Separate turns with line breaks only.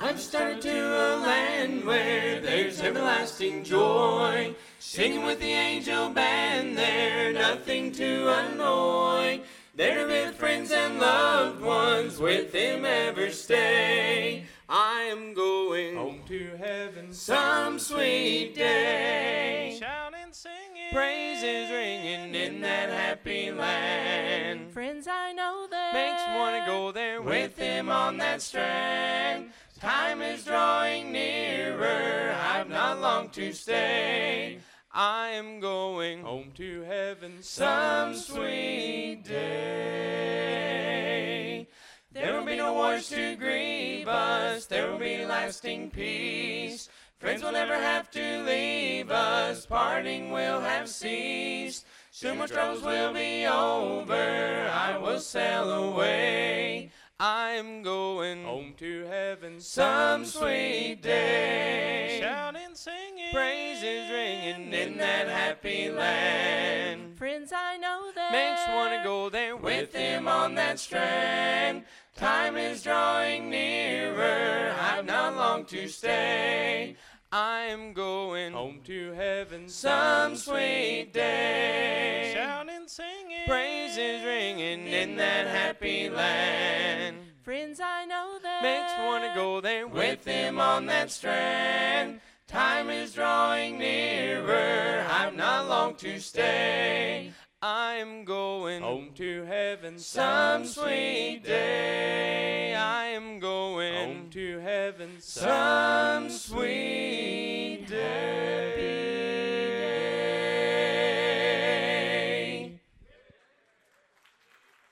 I've started to a land where there's everlasting joy. Singing with the angel band there, nothing to annoy. There be friends and loved ones with him ever stay. I am going
Home to heaven,
some sweet day.
shouting, singing.
Praises ringing in that happy land.
Friends I know that
Makes wanna go there with him on that strand. Time is drawing nearer. I've not long to stay. I am going home
Home to heaven,
some sweet day. There will be no wars to grieve us. There will be lasting peace. Friends will never have to leave us. Parting will have ceased. Soon my troubles will be over. I will sail away. I'm going home.
Home to heaven,
Some sweet day.
shouting, singing.
Praises ringing in that happy land.
Friends I know that
Makes wanna go there with him on that strand. Time is drawing nearer. I've not long to stay. I'm going
Home to heaven,
some sweet day.
shouting, singing.
Praises ringing in that happy land.
Friends I know that
Makes wanna go there with him on that strand. Time is drawing nearer. I've not long to stay. I'm going
Home to heaven,
some sweet day I am going
Home to heaven,
some sweet